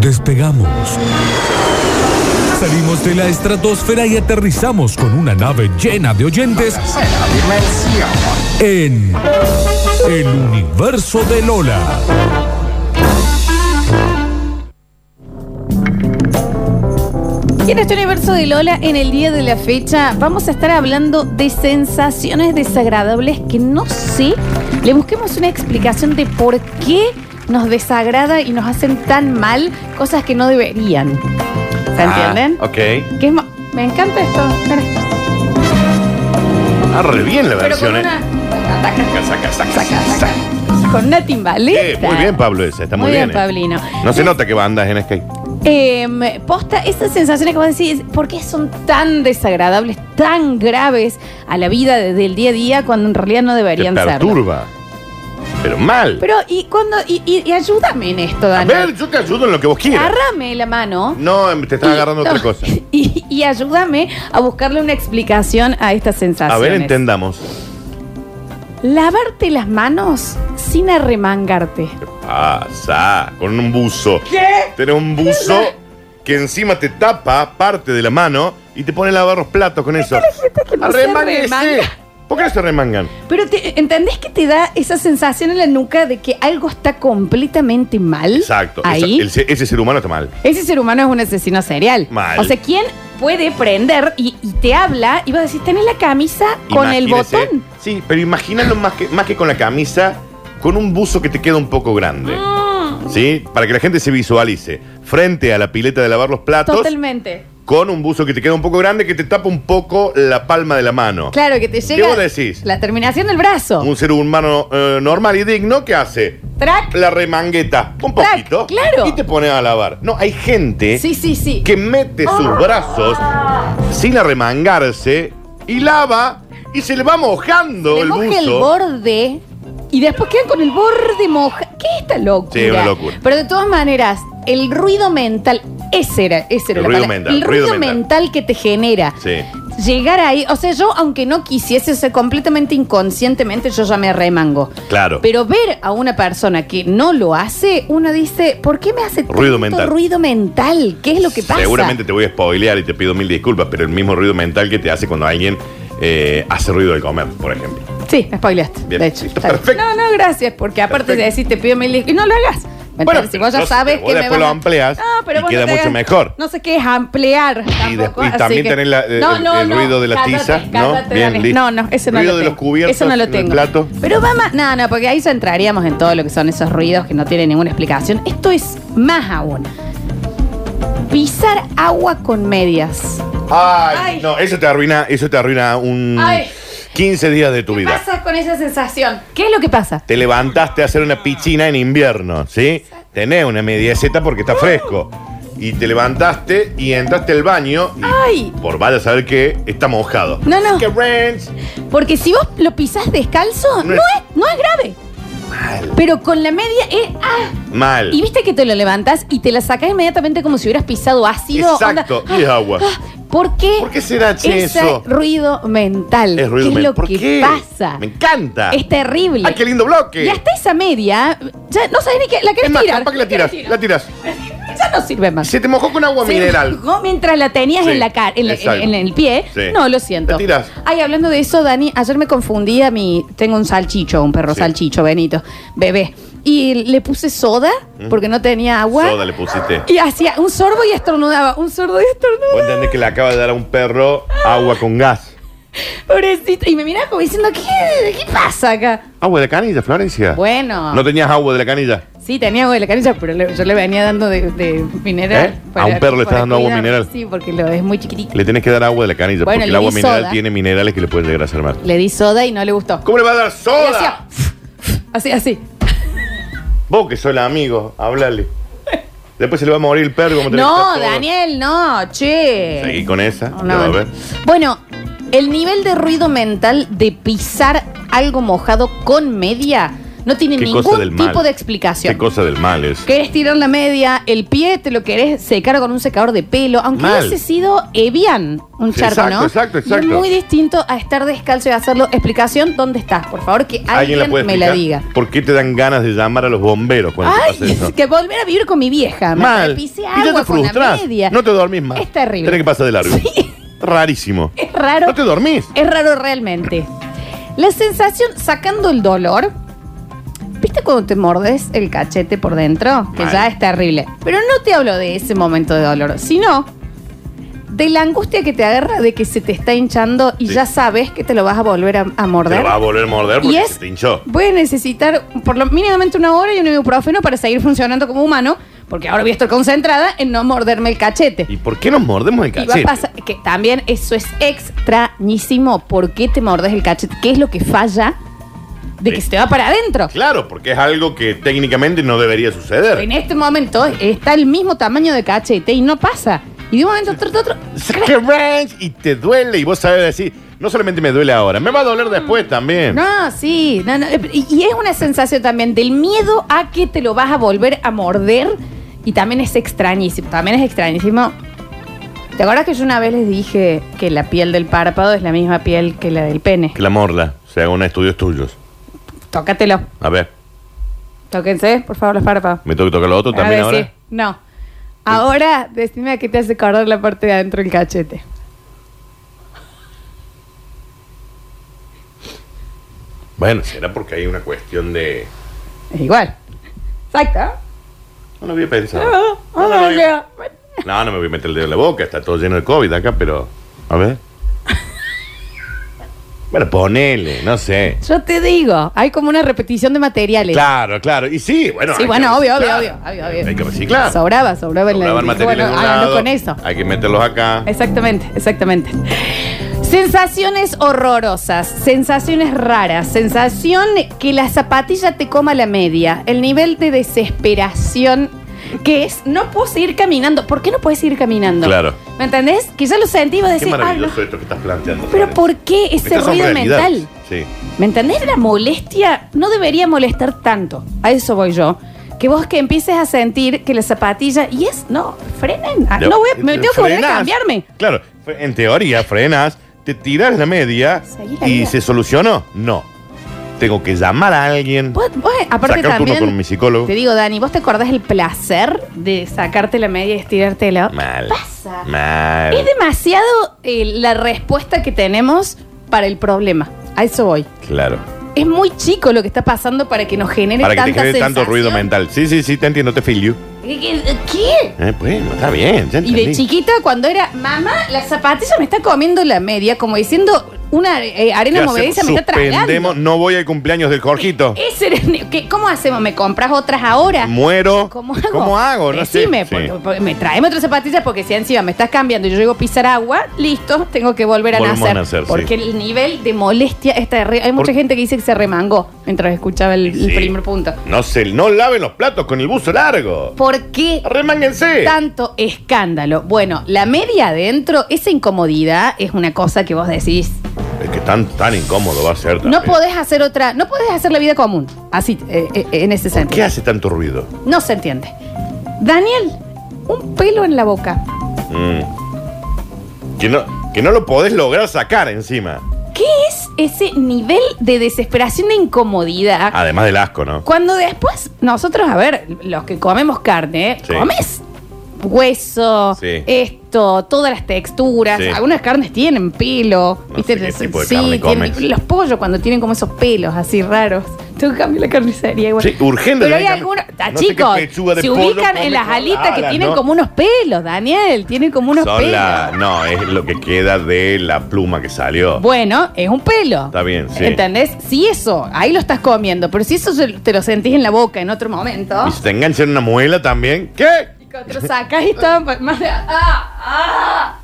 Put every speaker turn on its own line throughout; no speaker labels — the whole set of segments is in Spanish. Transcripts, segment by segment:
Despegamos. Salimos de la estratosfera y aterrizamos con una nave llena de oyentes en el universo de Lola.
Y en este universo de Lola, en el día de la fecha, vamos a estar hablando de sensaciones desagradables que no sé, le busquemos una explicación de por qué nos desagrada y nos hacen tan mal cosas que no deberían. ¿Se
Ah,
entienden?
ok.
Que es mo- Me encanta esto. Mira.
Ah, re bien la
Pero con
versión,
una,
¿eh? Saca, saca, saca, saca, saca.
con una
Eh,
timbaleta.
muy bien, Pablo, esa. Está muy,
Muy bien,
eh.
Pablino.
No se nota que bandas en skate.
Em, posta, esas sensaciones que vos decís, ¿por qué son tan desagradables, tan graves a la vida de- del día a día cuando en realidad no
Te
deberían ser?
perturba. Pero mal.
Pero, ¿y cuando y, y- y ayúdame en esto,
A ver,
Daniel?
yo te ayudo en lo que vos quieras.
Agárrame la mano.
No, em, te estás
y-
agarrando otra cosa.
Y, y ayúdame a buscarle una explicación a estas sensaciones.
A ver, entendamos.
Lavarte las manos sin arremangarte.
Pasa, con un buzo. ¿Qué? Tenés un buzo que encima te tapa parte de la mano y te pone a lavar los platos con eso.
que no se
Arremángese.
remanga.
¿Por qué no se remangan?
Pero te- ¿entendés que te da esa sensación en la nuca de que algo está completamente mal?
Exacto. esa-
Ahí.
el se- ese ser humano está mal.
Ese ser humano es un asesino serial.
Mal.
O sea, ¿quién puede prender y, y te habla y vas a decir, tenés la camisa con el
Imagínese-
botón?
Sí, pero imagínalo más que, más que con la camisa, con un buzo que te queda un poco grande.
Ah.
¿Sí? Para que la gente se visualice. Frente a la pileta de lavar los platos,
Mm, Totalmente.
con un buzo que te queda un poco grande que te tapa un poco la palma de la mano.
Claro, que te llega
vos decís?
la terminación del brazo.
Un ser humano eh, normal y digno, ¿qué hace?
Track.
La remangueta, un
Tac,
poquito.
claro.
Y te pone a lavar. No, hay gente
Sí, Ah. sí, sí.
que mete sus brazos sin arremangarse y lava y se le va mojando
Le
el
moja
buzo.
el borde y después quedan con el borde moja. ¿Qué es esta locura?
Sí, una locura.
Pero de todas maneras, el ruido mental, ese era, ese era
El
la
ruido
palabra.
mental,
El ruido,
ruido
mental.
mental.
que te genera.
Sí.
Llegar ahí, o sea, yo aunque no quisiese, o sea, completamente inconscientemente, yo ya me remango.
Claro.
Pero ver a una persona que no lo hace, uno dice, ¿por qué me hace
Ruido
tanto
mental.
ruido mental? ¿Qué es lo que pasa?
Seguramente te voy a spoilear y te pido mil disculpas, pero el mismo ruido mental que te hace cuando alguien eh, hace ruido al comer, por ejemplo.
Sí, me spoileaste.
Bien,
de hecho.
listo,
Está bien.
perfecto.
No, no, gracias, porque aparte de
Perfecto.
decir te pido mil dis- y no lo hagas. ¿Me
Bueno,
entendés? si vos ya
entonces,
sabes
vos
que me
después
vas
lo
a-
amplias
No, pero
y
vos
queda
te
mucho
hagas-
mejor.
No sé qué es ampliar. tampoco,
después- y
así
también
que-
tenés la- el- el ruido de la tiza, ¿no?
cállate,
Bien,
Dani.
listo.
no, no, ese no
Ruido
lo
de
tengo.
los cubiertos
Eso no lo
en el
tengo.
plato.
Pero va más. No, no, porque ahí ya entraríamos en todo lo que son esos ruidos que no tienen ninguna explicación. Esto es más aún. Pisar agua con medias.
Ay,
Ay.
no, eso te arruina, eso te arruina un
Ay.
15 días de tu
¿Qué
vida.
pasa con esa sensación? ¿Qué es lo que pasa?
Te levantaste a hacer una pichina en invierno, ¿sí? Tenés una mediaceta porque está fresco. Y te levantaste y entraste al baño y
Ay.
por vaya a saber que está mojado.
Ah. No, no.
Que Renz.
Porque si vos lo pisás descalzo,
No
no es,
es-
no es grave.
Mal.
Pero con la media es. ¡Ah!
Mal.
Y viste que te lo levantás y te la sacás inmediatamente como si hubieras pisado ácido.
Exacto,
onda,
y es
ah,
agua.
ah, ¿Por qué?
¿Por qué será, che,
ese
eso?
ruido mental.
Es ruido
¿Qué es
men-
lo
¿Por
que
qué?
pasa?
Me encanta.
Es terrible.
¡Ay, Ah, qué lindo bloque!
Y hasta esa media, ya no sabés ni qué. La querés
es más,
tirar.
capaz que la tiras, la tiras.
Ya no sirve más.
Se te mojó con agua
Se
mineral.
mojó mientras la tenías
Sí,
en la cara, en, la-
exacto.
en el pie.
Sí.
No, lo siento.
Te tirás.
Ay, hablando de eso, Dani, ayer me confundí a mi. Tengo un salchicho, un perro
Sí.
salchicho, Benito, bebé. Y le puse soda porque no tenía agua.
Soda le pusiste.
Y hacía un sorbo y estornudaba, un sorbo y
Vos
estornudaba.
entendés que le acaba de dar a un perro agua con gas.
Pobrecito. Y me miraba como diciendo, ¿qué, qué pasa acá?
¿Agua de la canilla, Florencia?
Bueno.
¿No tenías agua de la canilla?
Sí, tenía agua de la canilla, pero le- yo le venía dando de, de mineral.
¿Eh? A un perro le estás
para
dando agua
cuidar.
mineral.
Sí, porque lo, es muy chiquitito.
Le tenés que dar agua de la canilla
Bueno,
porque el
le
agua
di
mineral
soda.
tiene minerales que le pueden llegar a hacer mal.
Le di soda y no le gustó.
¿Cómo le va a dar
Y hacía
soda?
así, así.
Vos que sos el amigo, hablale. Después se le va a morir el perro. como tenés que
No,
estar todo.
Daniel, no, che.
Seguí con esa.
No,
te va a ver.
Bueno, el nivel de ruido mental de pisar algo mojado con media No tiene
Qué
ningún
cosa del mal.
tipo de explicación.
Qué cosa del mal es.
Querés tirar la media, el pie te lo querés secar con un secador de pelo, aunque
Mal.
hubiese sido Evian un
Sí,
charco,
exacto,
¿no?
exacto,
Y es
exacto.
muy distinto a estar descalzo y hacerlo. Explicación, ¿dónde estás? Por favor, que alguien,
¿Alguien la puede
me la diga.
explicar? ¿Por qué te dan ganas de llamar a los bomberos cuando te pasa
Ay,
eso?
que volver a vivir con mi vieja. Me
Mal.
pisé
Y ya
agua
te
con la
frustras.
media.
No te dormís más.
Es terrible.
Tenés que pasar de largo.
Sí.
Rarísimo.
Es raro.
No te dormís.
Es raro realmente. La sensación sacando el dolor. ¿Viste cuando te mordes el cachete por dentro? Que
Mal.
ya es terrible. Pero no te hablo de ese momento de dolor, sino de la angustia que te agarra de que se te está hinchando y
Sí.
ya sabes que te lo vas a volver a, a
Te
morder.
va a volver a morder
Y
porque
es-
se te hinchó.
Voy a necesitar por lo mínimamente una hora y un ibuprofeno para seguir funcionando como humano, porque ahora voy a estar concentrada en no morderme el cachete.
¿Y por qué nos mordemos el
Y va a
cachete?
pasar- que también eso es extrañísimo. ¿Por qué te mordes el cachete? ¿Qué es lo que falla de que
Sí.
se te va para adentro?
Claro, porque es algo que técnicamente no debería suceder.
En este momento está el mismo tamaño de cachete y no pasa. Y de un momento a otro, a otro,
Saca ranch y te duele y vos sabes decir, no solamente me duele ahora, me va a doler después también.
Mm. No, sí. no, no, Y y es una sensación también del miedo a que te lo vas a volver a morder. Y también es extrañísimo. También es extrañísimo. ¿Te acuerdas que yo una vez les dije que la piel del párpado es la misma piel que la del pene?
Que la morla, según estudios tuyos.
Tócatelo.
A ver,
Tóquense, por favor, los párpados.
¿me tengo que tocar lo otro también
Ahora
ahora?
sí. No. Ahora, decime a qué te hace acordar la parte de adentro del cachete.
Bueno, será porque hay una cuestión de...
Es igual. Exacto.
No lo había pensado.
Ah,
No, no,
ah,
no, no,
ya.
No, no me voy a meter el dedo en la boca, está todo lleno de COVID acá, pero. A ver. Bueno, ponele, no sé.
Yo te digo, hay como una repetición de materiales.
Claro, claro. Y sí, bueno.
Sí,
hay
bueno,
que
obvio, obio,
reciclar.
obvio, obvio, obvio.
Hay que reciclar.
Sobraba, sobraba en la
Sobraban
dijo,
materiales de
bueno,
un
háganlo
lado,
con eso.
Hay que meterlos acá.
Exactamente, exactamente. Sensaciones horrorosas, sensaciones raras, sensación que la zapatilla te coma la media, el nivel de desesperación que es, no puedo seguir caminando. ¿Por qué no puedes seguir caminando?
Claro.
¿Me entendés? Que ya lo sentí y vos
Qué
decís, "Ay, no".
maravilloso esto que estás planteando. Florencia.
pero
este
¿por qué ese
Estas son
ruido
realidades.
mental?
Sí.
¿Me entendés? La molestia no debería molestar tanto. A eso voy yo. Que vos que empieces a sentir que la zapatilla, y es, no, frenen. Ah,
Lo-
no, voy, a- me tengo que volver a
frenás.
cambiarme.
Claro, fre- en teoría frenas, te tiras la media
Seguí la
y
vida.
se solucionó. No. Tengo que llamar a alguien.
Vos- vos, eh, aparte
Sacar turno
también,
con mi psicólogo.
te digo, Dani, ¿vos te acordás el placer de sacarte la media y estirártela?
Mal.
pasa?
Mal.
Es demasiado eh, la respuesta que tenemos para el problema. A eso voy.
Claro.
Es muy chico lo que está pasando para que nos genere
Para que te
tanta
genere tanto
sensación.
ruido mental. Sí, sí, sí, te entiendo, te filio.
¿Qué- qué- ¿Qué?
Eh, bueno, está bien. ya
Y de
entendí.
chiquita, cuando era mamá, la zapatilla me está comiendo la media, como diciendo una eh,
¿Qué
arena
hacemos?
movediza me está tragando. Eh,
Suspendemos, no voy al cumpleaños del Jorgito.
Ese era el- ¿qué- ¿Cómo hacemos? ¿Me compras otras ahora?
Muero.
eh, ¿Cómo hago?
Mm.
Eh,
No
Decime,
sé.
porque-
Sí.
porque me traeme otras zapatillas porque si encima me estás cambiando y yo llego a pisar agua, listo, tengo que volver a
Volvemos
nacer.
a nacer, sí.
porque el nivel de molestia está terrible. Hay mucha
Por-
gente que dice que se remangó mientras escuchaba el, el
Sí.
primer punto.
No se, no laven los platos con el buzo largo.
¿Por qué
Remánguense.
tanto escándalo? Bueno, la media adentro, esa incomodidad es una cosa que vos decís.
Es que tan, tan incómodo va a ser.
No
también.
podés hacer otra, no podés hacer la vida común, así, eh, eh, en ese
¿Qué
sentido.
hace tanto ruido?
No se entiende. Daniel, un pelo en la boca.
Mm. Que, no, que no lo podés lograr sacar encima.
¿Qué es ese nivel de desesperación de incomodidad?
Además del asco, ¿no?
Cuando después nosotros, a ver, los que comemos carne, ¿eh?
Sí.
comes hueso,
Sí.
esto, todas las texturas.
Sí.
Algunas carnes tienen pelo.
No sé qué tipo de carne
tienen-
comes.
los pollos cuando tienen como esos pelos así raros. Tengo que cambiar la carnicería igual.
Sí, urgente.
Pues, Pero hay
tenés que-
algunos, ah,
no sé qué
chicos,
pechuga de
se
pollo
ubican
come
en las
con
alitas que
alas,
tienen
¿no?
como unos pelos, Daniel, tienen como unos
Son
pelos.
la- no, es lo que queda de la pluma que salió.
Bueno, es un pelo.
Está bien, sí.
¿Entendés? Si eso, ahí lo estás comiendo, pero si eso se- te lo sentís en la boca en otro momento.
Y si te engancha en una muela también. ¿Qué?
Y que otro sacas y todo pues, más de- ¡Ah!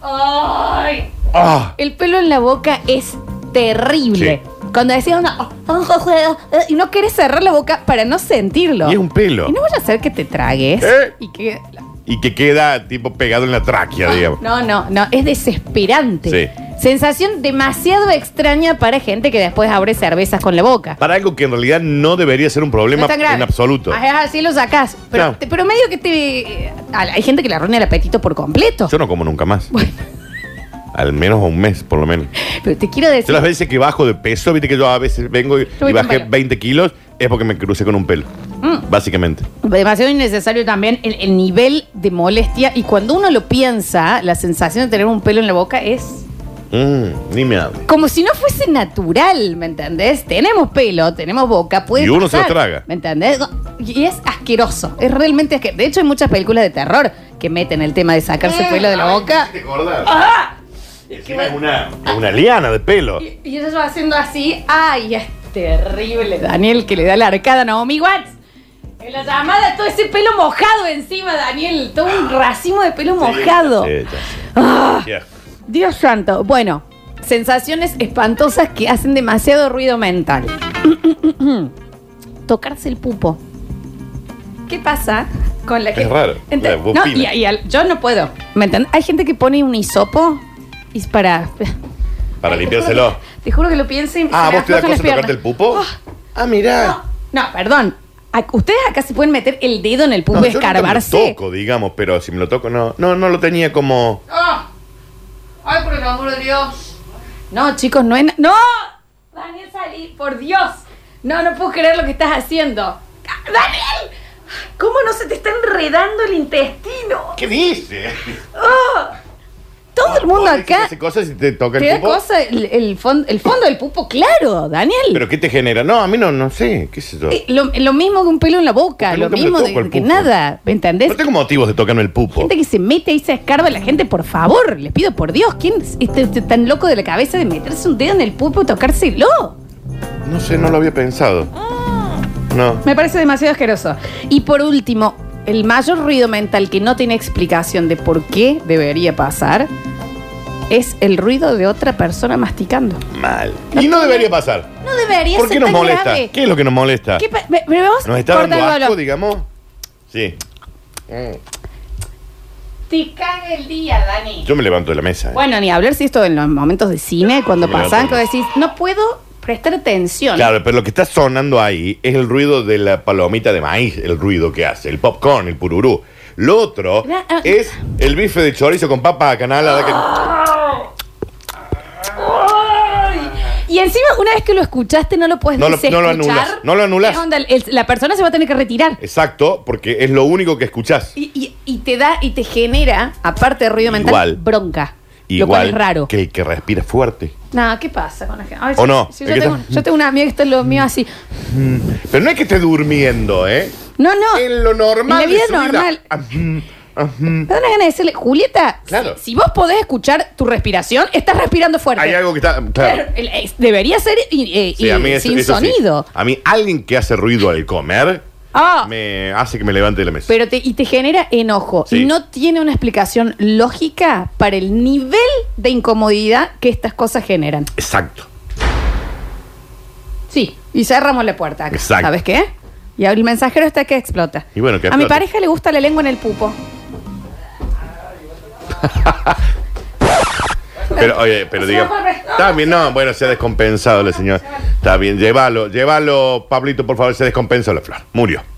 ¡Ah! ¡Ay!
¡Ah!
El pelo en la boca es terrible. Cuando decís una, "Ah, ah, ah, ah", y no querés cerrar la boca para no sentirlo.
Y es un pelo.
Y no vaya a ser que te tragues
¿Eh?
y que Ah,
Y que queda tipo pegado en la tráquea, digamos.
No, no, no, es desesperante.
Sí.
Sensación demasiado extraña para gente que después abre cervezas con la boca.
Para algo que en realidad no debería ser un
No
problema
es tan grave.
Ah,
Ah,
en absoluto.
Ajá, Así lo sacás. Pero,
Claro.
te- pero medio que te. eh, Hay gente que le arruina el apetito por completo.
Yo no como nunca más.
Bueno.
Al menos a un mes, por lo menos.
Pero te quiero
Yo
decir.
las veces que bajo de peso, viste que yo a veces vengo y,
voy
y bajé
con pelo. Mm.
20 kilos, es porque me crucé con un pelo. Básicamente.
Demasiado innecesario también el, el nivel de molestia. Y cuando uno lo piensa, la sensación de tener un pelo en la boca es
Mm, ni me hable.
como si no fuese natural, ¿me entendés? Tenemos pelo, tenemos boca, puede
Y uno se
pasar,
lo traga.
¿Me entendés? Y es asqueroso. Es realmente asqueroso. De hecho, hay muchas películas de terror que meten el tema de
Eh,
sacarse pelo de la boca. Ah,
Encima es una, es una liana de pelo.
Y, y ellos haciendo así. ¡Ay, es terrible! Daniel que le da la arcada a Naomi Watts. En la llamada, todo ese pelo mojado encima, Daniel. Todo un racimo de pelo mojado. Ah.
Sí, ya sé. Ya.
Dios santo. Bueno, sensaciones espantosas que hacen demasiado ruido mental. Tocarse el pupo. ¿Qué pasa con la que...
Es raro,
Ente-
la
no,
bopina.
y, y al- yo no puedo. ¿Me entiendes? Hay gente que pone un hisopo y es para...
Para
Ay, te
limpiárselo.
juro que- Te juro que lo pienso y
Ah,
se me
¿vos te da
aflojan
cosa
las piernas. Oh,
tocarte el pupo? Ah, mirá.
No, no, perdón. A- Ustedes acá se pueden meter el dedo en el pupo
No,
y
yo nunca me lo
escarbarse.
toco, digamos, pero si me lo toco, no. No, no lo tenía como.
¡Ay, por el amor de Dios! No, chicos, no es... na- ¡No! Daniel, salí, por Dios. No, no puedo creer lo que estás haciendo. ¡Ah, ¡Daniel! ¿Cómo no se te está enredando el intestino? Oh.
¿Qué dice?
Todo
Ah,
el mundo acá
Hace cosas y te toca
te
el
da
pupo.
cosa el, el fon- el fondo del pupo, claro, Daniel.
¿Pero qué te genera? No, a mí no, no sé. ¿Qué sé yo?
Eh, lo, lo mismo que un pelo en la boca,
Porque
lo
nunca me
mismo
toco
de-
el
que
pupo.
nada, ¿me entendés?
No tengo motivos de tocarme el pupo.
Gente que se mete y se escarba a la gente, por favor, les pido por Dios, ¿quién es este- este tan loco de la cabeza de meterse un dedo en el pupo y tocárselo?
No sé, no lo había pensado.
Ah.
No.
Me parece demasiado asqueroso. Y por último, el mayor ruido mental que no tiene explicación de por qué debería pasar es el ruido de otra persona masticando.
Mal. Y no debería pasar.
No debería
¿Por
ser
qué nos
tan
molesta?
grave.
¿Qué es lo que nos molesta?
¿Qué pa- ve- ve- vamos
¿Nos está dando
cortándolo.
asco, digamos? Sí. Mm.
Te caga el día, Dani.
Yo me levanto de la mesa. eh.
Bueno, ni hablar si esto en los momentos de cine, cuando
Yo me
pasan, que
levanto.
vos decís, no puedo prestar atención.
Claro, pero lo que está sonando ahí es el ruido de la palomita de maíz, el ruido que hace, el popcorn, el pururú. Lo otro
Ya, ah.
es el bife de chorizo con papa canalada que-
Y encima, una vez que lo escuchaste, no lo puedes
No lo-
desescuchar.
no lo anulas, no lo anulas.
¿Qué onda? El- la persona se va a tener que retirar.
Exacto, porque es lo único que escuchás.
Y, y- y te da y te genera, aparte de ruido mental,
Igual.
bronca. lo
Igual
cual es raro.
que el que respira fuerte.
No, ¿qué pasa con la gente? Ay,
¿O
yo-
no?
si
Es
yo,
que
tengo,
está-
yo tengo una amiga que está en lo mío así.
Pero no es que esté durmiendo, ¿eh?
No, no.
En lo normal.
En la vida
de su
normal.
Ajú, ajú.
Me da una gana de decirle, Julieta,
Claro.
si, si vos podés escuchar tu respiración, estás respirando fuerte.
Hay algo que está. Claro.
Claro, el- eh, Debería ser y- eh,
Sí,
y-
a mí eso-
sin
eso sí.
sonido.
A mí, alguien que hace ruido al comer
Ah.
me hace que me levante de la mesa.
Pero te, y te genera enojo.
Sí.
Y no tiene una explicación lógica para el nivel de incomodidad que estas cosas generan.
Exacto.
Sí. Y cerramos la puerta. acá.
Exacto.
¿Sabes qué? Y el mensajero está que explota.
Y bueno, que
A mi
explote.
pareja le gusta la lengua en el pupo.
Pero, oye, pero diga. Está bien, no, bueno, se ha descompensado la señora. Está bien, llévalo, llévalo, Pablito, por favor, se descompensó la flor. Murió.